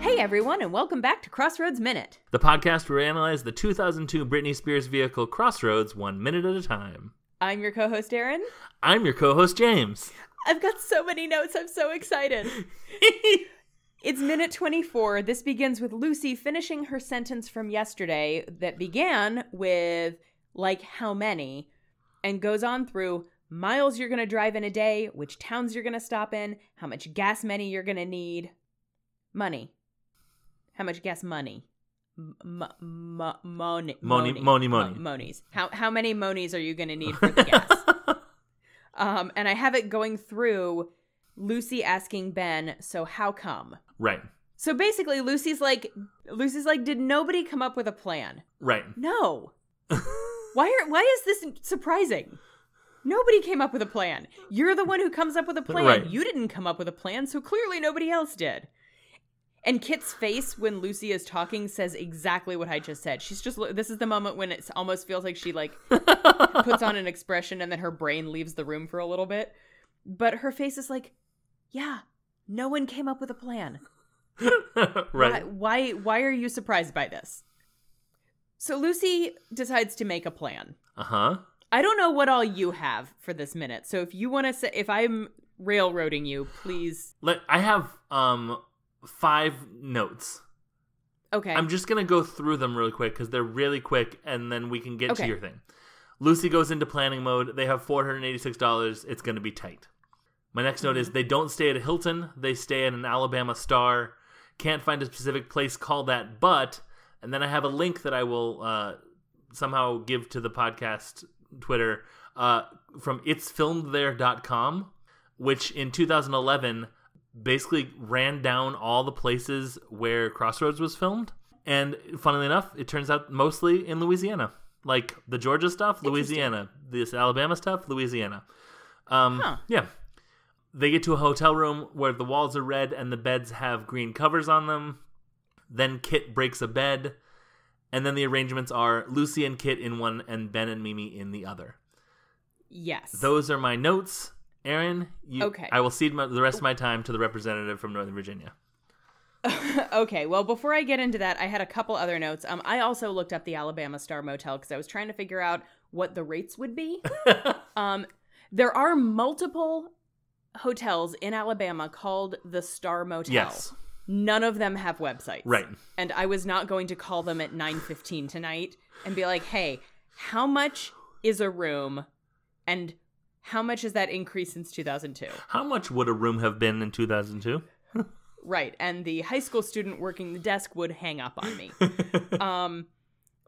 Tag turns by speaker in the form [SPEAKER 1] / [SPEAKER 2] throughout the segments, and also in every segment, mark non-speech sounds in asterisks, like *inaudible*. [SPEAKER 1] Hey everyone, and welcome back to Crossroads Minute.
[SPEAKER 2] The podcast where we analyze the 2002 Britney Spears vehicle Crossroads one minute at a time.
[SPEAKER 1] I'm your co host, Aaron.
[SPEAKER 2] I'm your co host, James.
[SPEAKER 1] I've got so many notes, I'm so excited.
[SPEAKER 2] *laughs*
[SPEAKER 1] it's minute 24. This begins with Lucy finishing her sentence from yesterday that began with, like, how many, and goes on through miles you're going to drive in a day, which towns you're going to stop in, how much gas money you're going to need. Money. How much gas money? M- m- mo- money,
[SPEAKER 2] Money- money, money.
[SPEAKER 1] Mo- monies. How how many monies are you going to need for the gas? um, and I have it going through Lucy asking Ben, "So how come?"
[SPEAKER 2] right,
[SPEAKER 1] So basically, Lucy's like, Lucy's like, "Did nobody come up with a plan?"
[SPEAKER 2] right. *laughs*
[SPEAKER 1] No. why are why is this surprising? Nobody came up with a plan. You're the one who comes up with a plan.
[SPEAKER 2] Right.
[SPEAKER 1] You didn't come up with a plan, so clearly nobody else did. And Kit's face when Lucy is talking says exactly what I just said. She's just lo- this is the moment when it almost feels like she like puts on an expression and then her brain leaves the room for a little bit. But her face is like, "Yeah, no one came up with a plan."
[SPEAKER 2] right,
[SPEAKER 1] Why, why why are you surprised by this? So Lucy decides to make a plan.
[SPEAKER 2] uh huh.
[SPEAKER 1] I don't know what all you have for this minute. So if you want to say if I'm railroading you, please
[SPEAKER 2] Let I have um five notes.
[SPEAKER 1] Okay.
[SPEAKER 2] I'm just gonna go through them really quick because they're really quick, and then we can get
[SPEAKER 1] Okay.
[SPEAKER 2] to your thing. Lucy goes into planning mode. They have four hundred eighty-six dollars. It's gonna be tight. My next note
[SPEAKER 1] Mm-hmm.
[SPEAKER 2] is they don't stay at a Hilton. They stay at an Alabama Star. Can't find a specific place. Call that, but and then I have a link that I will uh, somehow give to the podcast Twitter uh, from itsfilmedthere.com, which in 2011 basically ran down all the places where Crossroads was filmed. And funnily enough, it turns out mostly in Louisiana. Like the Georgia stuff, Louisiana. This Alabama stuff, Louisiana. Um,
[SPEAKER 1] Huh.
[SPEAKER 2] Yeah. They get to a hotel room where the walls are red and the beds have green covers on them. Then Kit breaks a bed. And then the arrangements are Lucy and Kit in one and Ben and Mimi in the other.
[SPEAKER 1] yes.
[SPEAKER 2] Those are my notes. Aaron, you,
[SPEAKER 1] Okay.
[SPEAKER 2] I will cede my, the rest of my time to the representative from Northern Virginia.
[SPEAKER 1] *laughs* okay, well before I get into that, I had a couple other notes. Um I also looked up the Alabama Star Motel cuz I was trying to figure out what the rates would
[SPEAKER 2] *laughs*
[SPEAKER 1] be. um there are multiple hotels in Alabama called the Star Motel.
[SPEAKER 2] Yes.
[SPEAKER 1] None of them have websites.
[SPEAKER 2] Right.
[SPEAKER 1] and I was not going to call them at 9:15 tonight and be like, "Hey, how much is a room and how much is that increase since 2002?"
[SPEAKER 2] How much would a room have been in 2002?
[SPEAKER 1] Right. And the high school student working the desk would hang up on me. um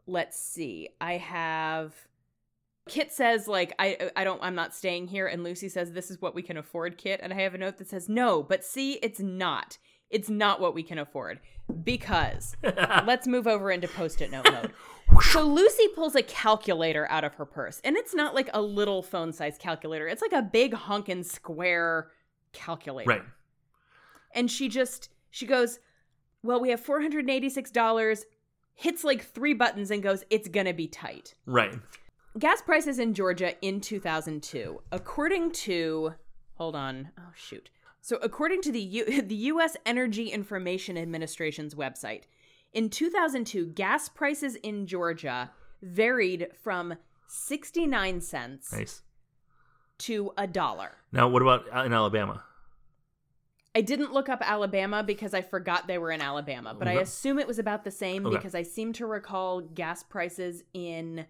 [SPEAKER 1] let's see. I have Kit says like I I don't I'm not staying here and Lucy says this is what we can afford, Kit, and I have a note that says no, but see it's not. It's not what we can afford because let's move over into post-it note mode. So Lucy pulls a calculator out of her purse, and it's not like a little phone-sized calculator. It's like a big honkin' square calculator
[SPEAKER 2] Right.
[SPEAKER 1] and she just she goes well we have $486 hits like three buttons and goes it's gonna be tight
[SPEAKER 2] Right.
[SPEAKER 1] gas prices in georgia in 2002 according to hold on oh shoot so according to the, U- *laughs* the us energy information administration's website in 2002 gas prices in georgia varied from 69 cents
[SPEAKER 2] Nice.
[SPEAKER 1] to a dollar
[SPEAKER 2] Now, what about uh, in Alabama?
[SPEAKER 1] I didn't look up Alabama because I forgot they were in Alabama, but I
[SPEAKER 2] Okay.
[SPEAKER 1] assume it was about the same
[SPEAKER 2] Okay.
[SPEAKER 1] because I seem to recall gas prices in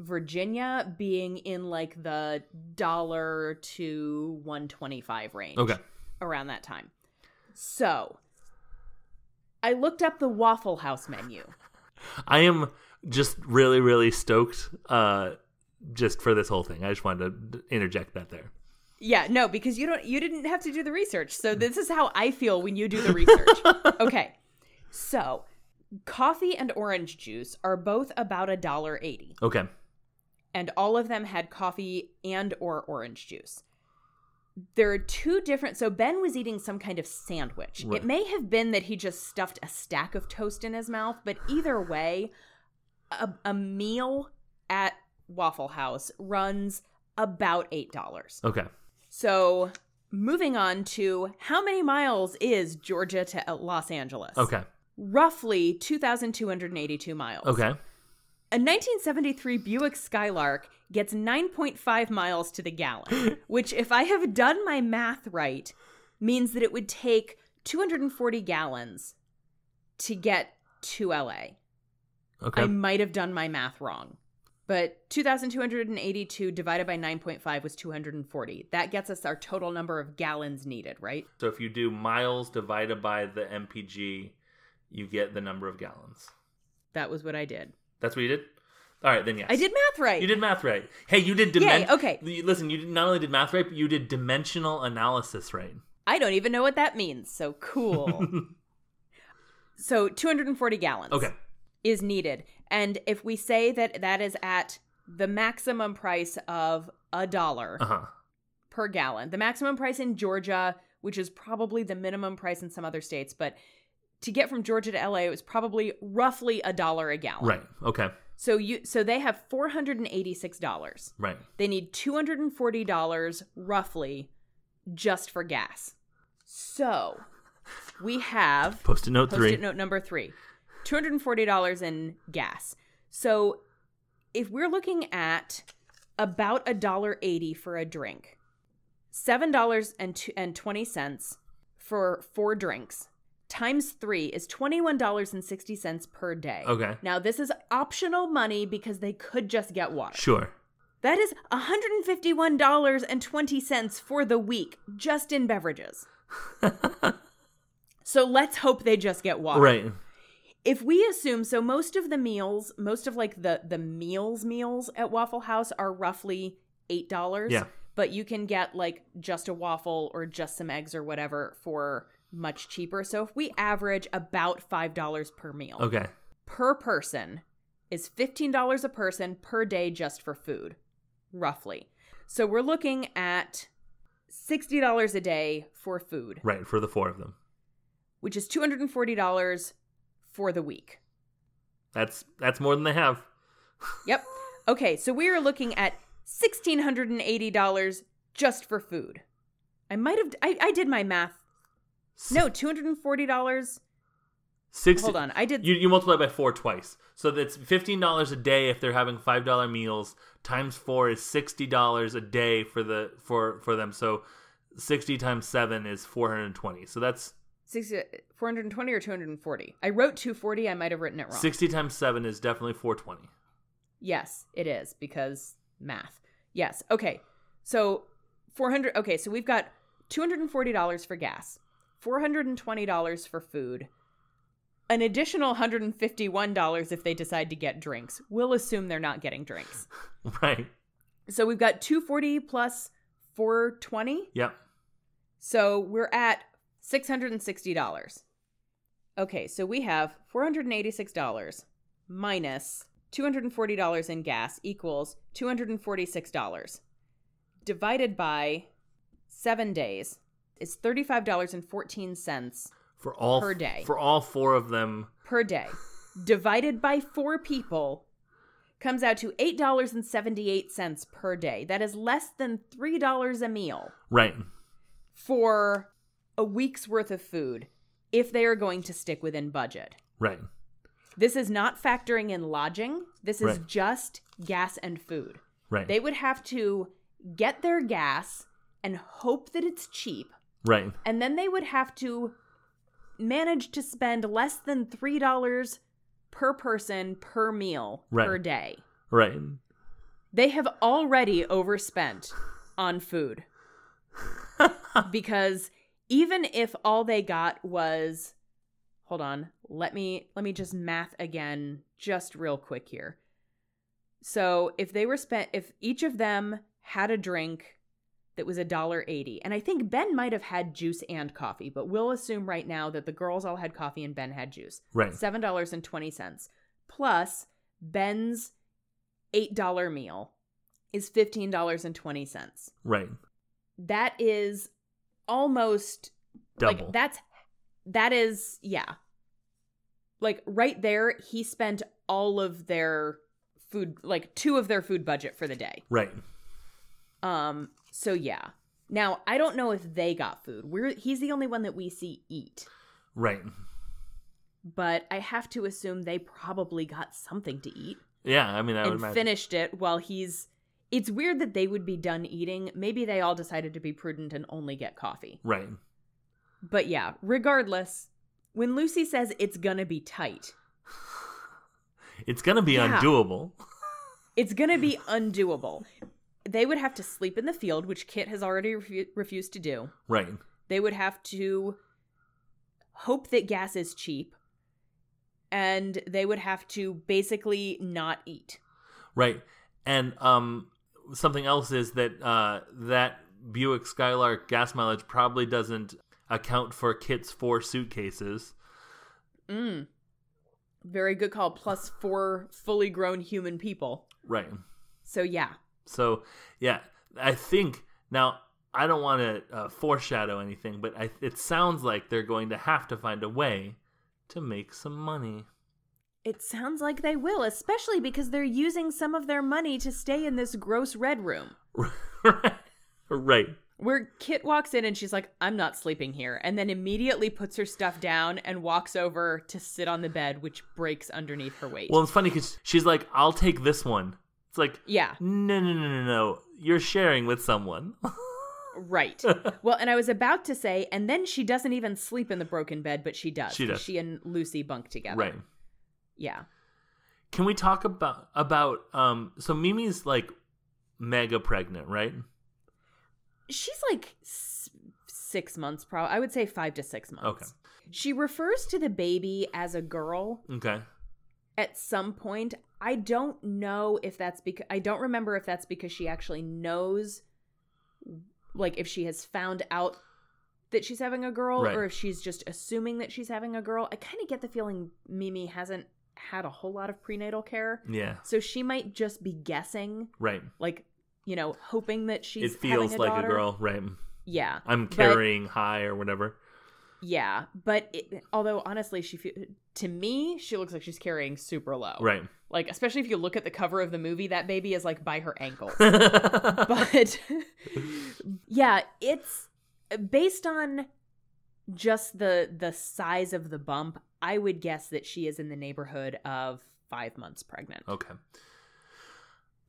[SPEAKER 1] Virginia being in like the dollar to 125 range
[SPEAKER 2] Okay.
[SPEAKER 1] around that time. So, I looked up the Waffle House menu.
[SPEAKER 2] I am just really, really stoked uh, just for this whole thing. I just wanted to interject that there.
[SPEAKER 1] Yeah, no, because you don't you didn't have to do the research. So this is how I feel when you do the research. okay. So, coffee and orange juice are both about a dollar 80,
[SPEAKER 2] Okay.
[SPEAKER 1] and all of them had coffee and or orange juice. There are two different so Ben was eating some kind of sandwich.
[SPEAKER 2] Right.
[SPEAKER 1] It may have been that he just stuffed a stack of toast in his mouth, but either way, a, a meal at Waffle House runs about $8.
[SPEAKER 2] Okay.
[SPEAKER 1] So Moving on to how many miles is Georgia to Los Angeles?
[SPEAKER 2] Okay.
[SPEAKER 1] Roughly 2,282 miles.
[SPEAKER 2] Okay.
[SPEAKER 1] A 1973 Buick Skylark gets 9.5 miles to the gallon,
[SPEAKER 2] *laughs*
[SPEAKER 1] which, if I have done my math right, means that it would take 240 gallons to get to LA.
[SPEAKER 2] Okay.
[SPEAKER 1] I might have done my math wrong. But 2,282 divided by 9.5 was 240. That gets us our total number of gallons needed, right?
[SPEAKER 2] So if you do miles divided by the MPG, you get the number of gallons.
[SPEAKER 1] That was what I did.
[SPEAKER 2] That's what you did? All right, then yes.
[SPEAKER 1] I did math right.
[SPEAKER 2] You did math right. Hey, you did
[SPEAKER 1] Yay,
[SPEAKER 2] dimension.
[SPEAKER 1] okay.
[SPEAKER 2] Listen, you did, not only did math right, but you did dimensional analysis right.
[SPEAKER 1] I don't even know what that means. So
[SPEAKER 2] *laughs*
[SPEAKER 1] cool. so 240 gallons
[SPEAKER 2] Okay.
[SPEAKER 1] is needed. And if we say that that is at the maximum price of a dollar
[SPEAKER 2] Uh huh.
[SPEAKER 1] per gallon, the maximum price in Georgia, which is probably the minimum price in some other states, but to get from Georgia to LA, it was probably roughly a dollar a gallon.
[SPEAKER 2] Right. Okay.
[SPEAKER 1] So you so they have four hundred and eighty six dollars.
[SPEAKER 2] Right.
[SPEAKER 1] They need two hundred and forty dollars roughly just for gas. So we have
[SPEAKER 2] Post-it note
[SPEAKER 1] post-it
[SPEAKER 2] three.
[SPEAKER 1] note number three. Two hundred and forty dollars in gas. So if we're looking at about a dollar eighty for a drink, seven dollars and twenty cents for four drinks times three is twenty one dollars and sixty cents per day.
[SPEAKER 2] Okay.
[SPEAKER 1] Now, this is optional money because they could just get water.
[SPEAKER 2] Sure.
[SPEAKER 1] That is $151.20 for the week just in
[SPEAKER 2] *laughs*
[SPEAKER 1] beverages. so let's hope they just get water.
[SPEAKER 2] Right.
[SPEAKER 1] If we assume so most of the meals, most of like the the meals meals at Waffle House are roughly $8,
[SPEAKER 2] Yeah.
[SPEAKER 1] but you can get like just a waffle or just some eggs or whatever for much cheaper. So if we average about $5 per meal
[SPEAKER 2] Okay.
[SPEAKER 1] per person is $15 a person per day just for food, roughly. So we're looking at $60 a day for food,
[SPEAKER 2] Right. For the four of them.
[SPEAKER 1] which is $240 for the week.
[SPEAKER 2] That's that's more than they have.
[SPEAKER 1] Yep. Okay, so we are looking at $1,680 just for food. I might have, I, I did my math. No, $240.
[SPEAKER 2] Sixty.
[SPEAKER 1] Hold on. I did,
[SPEAKER 2] You, you multiply by four twice. So that's fifteen dollars a day if they're having five dollar meals. Times four is sixty dollars a day for the for for them. So sixty times seven is four hundred and twenty. So that's
[SPEAKER 1] 60, 420 or 240. I wrote 240. I might have written it wrong.
[SPEAKER 2] sixty times seven is definitely four twenty.
[SPEAKER 1] Yes, it is because math. Yes. Okay. So 400 Okay, so we've got $240 for gas, $420 for food, an additional $151 if they decide to get drinks. We'll assume they're not getting drinks.
[SPEAKER 2] *laughs* Right.
[SPEAKER 1] So we've got 240 plus 420.
[SPEAKER 2] Yep.
[SPEAKER 1] So we're at $660. Okay, so we have $486 minus $240 in gas equals $246. Divided by seven days is $35.14
[SPEAKER 2] For all
[SPEAKER 1] Per day.
[SPEAKER 2] For all four of them.
[SPEAKER 1] per day. Divided by four people comes out to $8.78 per day. That is less than $3 a meal.
[SPEAKER 2] Right.
[SPEAKER 1] for a week's worth of food if they are going to stick within budget.
[SPEAKER 2] Right.
[SPEAKER 1] This is not factoring in lodging. This is
[SPEAKER 2] Right.
[SPEAKER 1] just gas and food.
[SPEAKER 2] Right.
[SPEAKER 1] They would have to get their gas and hope that it's cheap,
[SPEAKER 2] right.
[SPEAKER 1] and then they would have to manage to spend less than $3 per person per meal
[SPEAKER 2] Right.
[SPEAKER 1] per day.
[SPEAKER 2] Right.
[SPEAKER 1] They have already overspent on food. because even if all they got was hold on, let me let me just math again just real quick here. So, if they were spent if each of them had a drink that was a dollar 80 and I think Ben might have had juice and coffee, but we'll assume right now that the girls all had coffee and Ben had juice.
[SPEAKER 2] Right.
[SPEAKER 1] $7.20 plus Ben's $8 meal is $15.20.
[SPEAKER 2] Right.
[SPEAKER 1] That is almost
[SPEAKER 2] Double.
[SPEAKER 1] like that's that is yeah. Like right there he spent all of their food like two of their food budget for the day.
[SPEAKER 2] right.
[SPEAKER 1] Um so yeah. Now, I don't know if they got food. We're he's the only one that we see eat.
[SPEAKER 2] Right.
[SPEAKER 1] But I have to assume they probably got something to eat
[SPEAKER 2] Yeah, I mean, I would
[SPEAKER 1] and
[SPEAKER 2] imagine.
[SPEAKER 1] finished it while he's It's weird that they would be done eating. Maybe they all decided to be prudent and only get coffee.
[SPEAKER 2] right.
[SPEAKER 1] But yeah, regardless, when Lucy says it's gonna be tight,
[SPEAKER 2] It's going to be
[SPEAKER 1] Yeah.
[SPEAKER 2] undoable.
[SPEAKER 1] It's going to
[SPEAKER 2] *sighs*
[SPEAKER 1] be undoable. They would have to sleep in the field, which Kit has already refu- refused to do.
[SPEAKER 2] Right.
[SPEAKER 1] They would have to hope that gas is cheap. And they would have to basically not eat.
[SPEAKER 2] Right. And um, something else is that uh, that Buick Skylark gas mileage probably doesn't account for Kit's four suitcases.
[SPEAKER 1] Mm. Very good call. Plus four fully grown human people.
[SPEAKER 2] Right.
[SPEAKER 1] So, yeah.
[SPEAKER 2] So, yeah, I think now I don't want to uh, foreshadow anything, but I, it sounds like they're going to have to find a way to make some money. *laughs*
[SPEAKER 1] It sounds like they will, especially because they're using some of their money to stay in this gross red room.
[SPEAKER 2] right.
[SPEAKER 1] Where Kit walks in and she's like, I'm not sleeping here. And then immediately puts her stuff down and walks over to sit on the bed, which breaks underneath her weight.
[SPEAKER 2] Well, it's funny because she's like, "I'll take this one." It's like, *laughs*
[SPEAKER 1] yeah,
[SPEAKER 2] no, no, no, no, no. You're sharing with someone. *laughs*
[SPEAKER 1] right. well, and I was about to say, and then she doesn't even sleep in the broken bed, but she does.
[SPEAKER 2] She does.
[SPEAKER 1] She and Lucy bunk together.
[SPEAKER 2] right.
[SPEAKER 1] Yeah.
[SPEAKER 2] Can we talk about about um? So Mimi's like mega pregnant, right?
[SPEAKER 1] She's like s- six months, probably. I would say five to six months.
[SPEAKER 2] Okay.
[SPEAKER 1] She refers to the baby as a girl.
[SPEAKER 2] Okay.
[SPEAKER 1] at some point. I don't know if that's because I don't remember if that's because she actually knows, like, if she has found out that she's having a girl
[SPEAKER 2] Right.
[SPEAKER 1] or if she's just assuming that she's having a girl. I kind of get the feeling Mimi hasn't had a whole lot of prenatal care.
[SPEAKER 2] Yeah.
[SPEAKER 1] So she might just be guessing,
[SPEAKER 2] Right.
[SPEAKER 1] like, you know, hoping that she's
[SPEAKER 2] it feels
[SPEAKER 1] having a
[SPEAKER 2] like
[SPEAKER 1] daughter.
[SPEAKER 2] a girl. Right.
[SPEAKER 1] Yeah.
[SPEAKER 2] I'm
[SPEAKER 1] But-
[SPEAKER 2] carrying high or whatever.
[SPEAKER 1] Yeah, but it, although honestly she fe- to me she looks like she's carrying super low.
[SPEAKER 2] Right.
[SPEAKER 1] Like, especially if you look at the cover of the movie, that baby is like by her
[SPEAKER 2] *laughs*
[SPEAKER 1] ankle. *laughs*
[SPEAKER 2] but
[SPEAKER 1] But *laughs* yeah, it's based on just the the size of the bump. I would guess that she is in the neighborhood of five months pregnant.
[SPEAKER 2] Okay.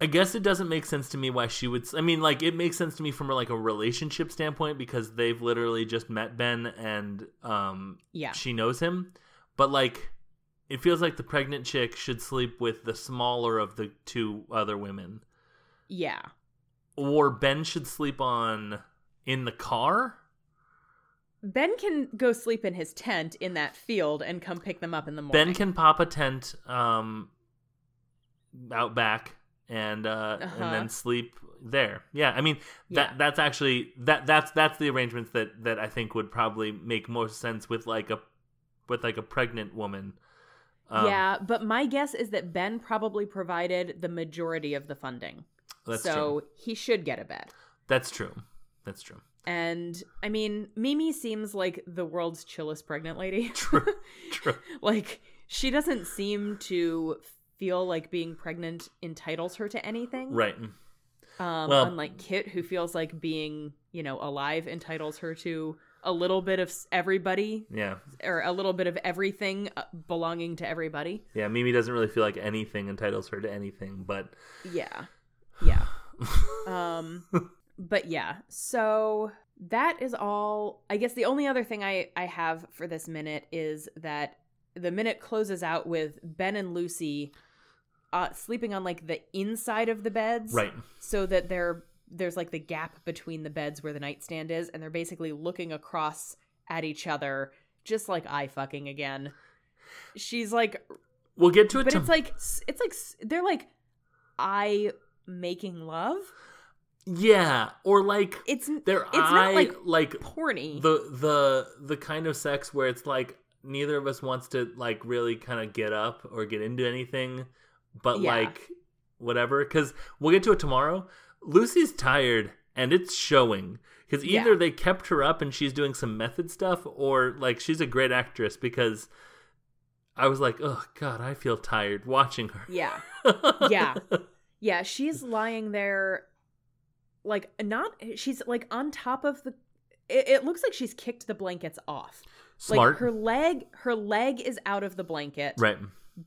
[SPEAKER 2] I guess it doesn't make sense to me why she would. I mean, like it makes sense to me from like a relationship standpoint because they've literally just met Ben and um
[SPEAKER 1] Yeah,
[SPEAKER 2] she knows him, but like it feels like the pregnant chick should sleep with the smaller of the two other women,
[SPEAKER 1] yeah,
[SPEAKER 2] or Ben should sleep on in the car.
[SPEAKER 1] Ben can go sleep in his tent in that field and come pick them up in the morning.
[SPEAKER 2] Ben can pop a tent um out back and uh
[SPEAKER 1] Uh-huh.
[SPEAKER 2] and then sleep there. Yeah, I mean that
[SPEAKER 1] Yeah.
[SPEAKER 2] that's actually that that's that's the arrangements that that I think would probably make more sense with like a with like a pregnant woman. um,
[SPEAKER 1] yeah, but my guess is that Ben probably provided the majority of the funding,
[SPEAKER 2] that's
[SPEAKER 1] so
[SPEAKER 2] true.
[SPEAKER 1] he should get a bed.
[SPEAKER 2] That's true. That's true. *laughs*
[SPEAKER 1] And I mean, Mimi seems like the world's chillest pregnant
[SPEAKER 2] *laughs*
[SPEAKER 1] lady. *laughs*
[SPEAKER 2] True. True.
[SPEAKER 1] like, she doesn't seem to feel like being pregnant entitles her to anything.
[SPEAKER 2] Right.
[SPEAKER 1] Um,
[SPEAKER 2] Well-
[SPEAKER 1] unlike Kit, who feels like being, you know, alive entitles her to a little bit of s- everybody
[SPEAKER 2] Yeah.
[SPEAKER 1] or a little bit of everything uh, belonging to everybody.
[SPEAKER 2] Yeah, Mimi doesn't really feel like anything entitles her to anything, but
[SPEAKER 1] Yeah. Yeah. um but yeah. So that is all. I guess the only other thing I I have for this minute is that the minute closes out with Ben and Lucy uh sleeping on like the inside of the beds
[SPEAKER 2] right.
[SPEAKER 1] so that they're there's like the gap between the beds where the nightstand is and they're basically looking across at each other just like I fucking again. She's like
[SPEAKER 2] We'll get to it
[SPEAKER 1] but
[SPEAKER 2] tomorrow.
[SPEAKER 1] it's like it's like they're like I making love.
[SPEAKER 2] yeah, or like
[SPEAKER 1] It's it's
[SPEAKER 2] their
[SPEAKER 1] not
[SPEAKER 2] eye
[SPEAKER 1] like
[SPEAKER 2] like
[SPEAKER 1] porny.
[SPEAKER 2] the the the kind of sex where it's like neither of us wants to like really kind of get up or get into anything but
[SPEAKER 1] Yeah.
[SPEAKER 2] like whatever because we'll get to it tomorrow lucy's tired and it's showing because
[SPEAKER 1] Yeah.
[SPEAKER 2] either they kept her up and she's doing some method stuff or like she's a great actress because i was like oh god i feel tired *laughs* watching her
[SPEAKER 1] yeah, yeah, yeah. She's lying there like not she's like on top of the it, it looks like she's kicked the blankets off.
[SPEAKER 2] Smart.
[SPEAKER 1] Like her leg her leg is out of the blanket,
[SPEAKER 2] right.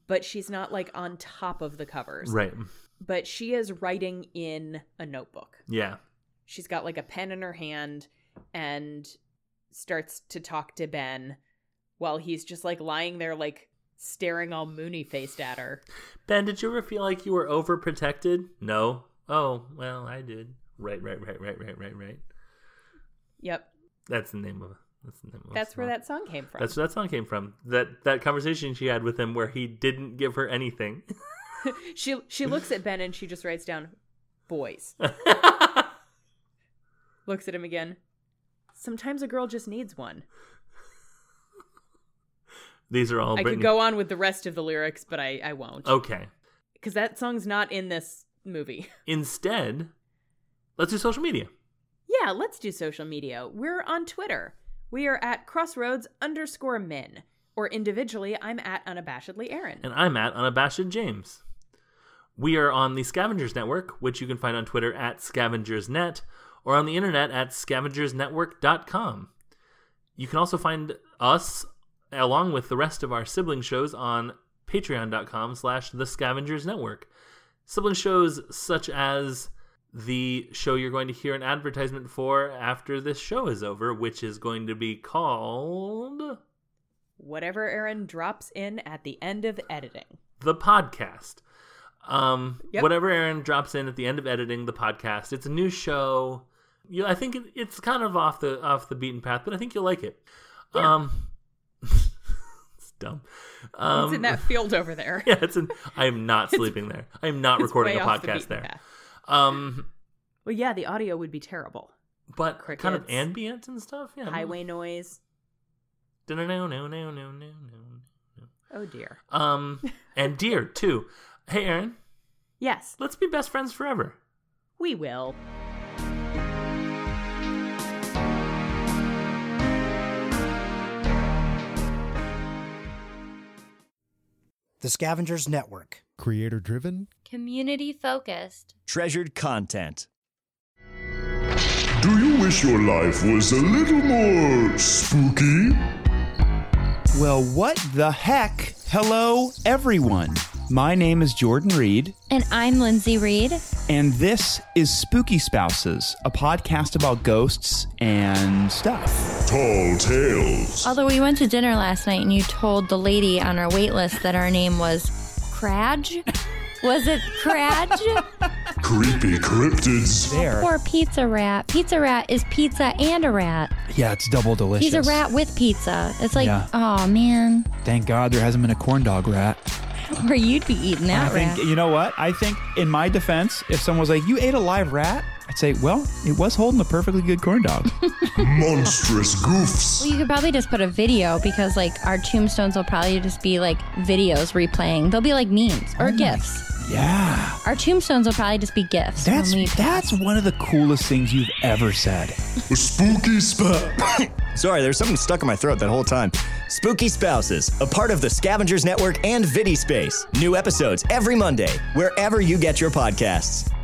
[SPEAKER 1] but she's not like on top of the covers.
[SPEAKER 2] Right.
[SPEAKER 1] But she is writing in a notebook.
[SPEAKER 2] Yeah.
[SPEAKER 1] She's got like a pen in her hand and starts to talk to Ben while he's just like lying there like staring all moony faced at her.
[SPEAKER 2] Ben, did you ever feel like you were overprotected? No. Oh, well, I did. Right, right, right, right, right, right, right.
[SPEAKER 1] Yep.
[SPEAKER 2] That's the name of that's the name of a
[SPEAKER 1] That's where
[SPEAKER 2] song.
[SPEAKER 1] that song came from.
[SPEAKER 2] That's where that song came from. That that conversation she had with him where he didn't give her anything. *laughs*
[SPEAKER 1] she she looks at Ben and she just writes down boys. Looks at him again. Sometimes a girl just needs one.
[SPEAKER 2] These are all
[SPEAKER 1] I
[SPEAKER 2] Britney.
[SPEAKER 1] could go on with the rest of the lyrics, but I, I won't.
[SPEAKER 2] Okay.
[SPEAKER 1] Because that song's not in this movie.
[SPEAKER 2] Instead, let's do social media.
[SPEAKER 1] Yeah, let's do social media. We're on Twitter. We are at crossroads underscore men. Or individually, I'm at unabashedly Aaron.
[SPEAKER 2] And I'm at Unabashed James. We are on the Scavengers Network, which you can find on Twitter at scavengersnet or on the internet at scavengersnetwork.com. You can also find us along with the rest of our sibling shows on patreon.com slash the scavengers network. Sibling shows such as the show you're going to hear an advertisement for after this show is over, which is going to be called
[SPEAKER 1] Whatever Aaron drops in at the end of editing.
[SPEAKER 2] the podcast. Um,
[SPEAKER 1] Yep.
[SPEAKER 2] whatever Aaron drops in at the end of editing the podcast, it's a new show. You, I think it, it's kind of off the off the beaten path, but I think you'll like it. Um, *laughs* it's dumb. Um,
[SPEAKER 1] it's in that field over there.
[SPEAKER 2] *laughs* yeah, it's in. I am not sleeping there. I am not recording a
[SPEAKER 1] Way off the
[SPEAKER 2] podcast
[SPEAKER 1] beaten
[SPEAKER 2] there.
[SPEAKER 1] path.
[SPEAKER 2] Um,
[SPEAKER 1] Well, yeah, the audio would be terrible.
[SPEAKER 2] but kind of
[SPEAKER 1] Crickets.
[SPEAKER 2] ambient and stuff. Yeah.
[SPEAKER 1] Highway noise.
[SPEAKER 2] No, no, no, no, no, no, no.
[SPEAKER 1] Oh dear.
[SPEAKER 2] Um,
[SPEAKER 1] *laughs*
[SPEAKER 2] and deer too. Hey, Aaron,
[SPEAKER 1] Yes,
[SPEAKER 2] let's be best friends forever.
[SPEAKER 1] we will.
[SPEAKER 3] The Scavengers Network.
[SPEAKER 4] Creator driven?
[SPEAKER 5] Community focused.
[SPEAKER 6] Treasured content.
[SPEAKER 7] Do you wish your life was a little more spooky?
[SPEAKER 8] Well, what the heck? Hello, everyone. My name is Jordan Reed,
[SPEAKER 5] And I'm Lindsay Reed.
[SPEAKER 8] and this is Spooky Spouses, a podcast about ghosts and stuff.
[SPEAKER 7] Tall tales.
[SPEAKER 5] Although we went to dinner last night and you told the lady on our wait list that our name was Crag. Was it Crag?
[SPEAKER 8] *laughs*
[SPEAKER 7] Creepy cryptids.
[SPEAKER 8] There.
[SPEAKER 5] or Pizza Rat? Pizza Rat is pizza and a rat.
[SPEAKER 8] Yeah, it's double delicious.
[SPEAKER 5] He's a rat with pizza. It's like,
[SPEAKER 8] Yeah.
[SPEAKER 5] oh man. *laughs*
[SPEAKER 8] Thank God there hasn't been a corn dog rat.
[SPEAKER 5] Or you'd be eating
[SPEAKER 8] I
[SPEAKER 5] that
[SPEAKER 8] think,
[SPEAKER 5] rat.
[SPEAKER 8] you know what? I think, in my defense, if someone was like, You ate a live rat? I'd say, Well, it was holding a perfectly good corn dog.
[SPEAKER 7] Monstrous
[SPEAKER 5] Well,
[SPEAKER 7] goofs.
[SPEAKER 5] you could probably just put a video because, like, our tombstones will probably just be like videos replaying. They'll be like memes
[SPEAKER 8] Mm.
[SPEAKER 5] or gifs.
[SPEAKER 8] *laughs* yeah.
[SPEAKER 5] Our tombstones will probably just be gifs. when
[SPEAKER 8] That's,
[SPEAKER 5] we
[SPEAKER 8] that's one of the coolest things you've ever said.
[SPEAKER 7] Spooky spat.
[SPEAKER 6] Sorry, there's something stuck in my throat that whole time. Spooky Spouses, a part of the Scavengers Network and Vidispace. New episodes every Monday, wherever you get your podcasts.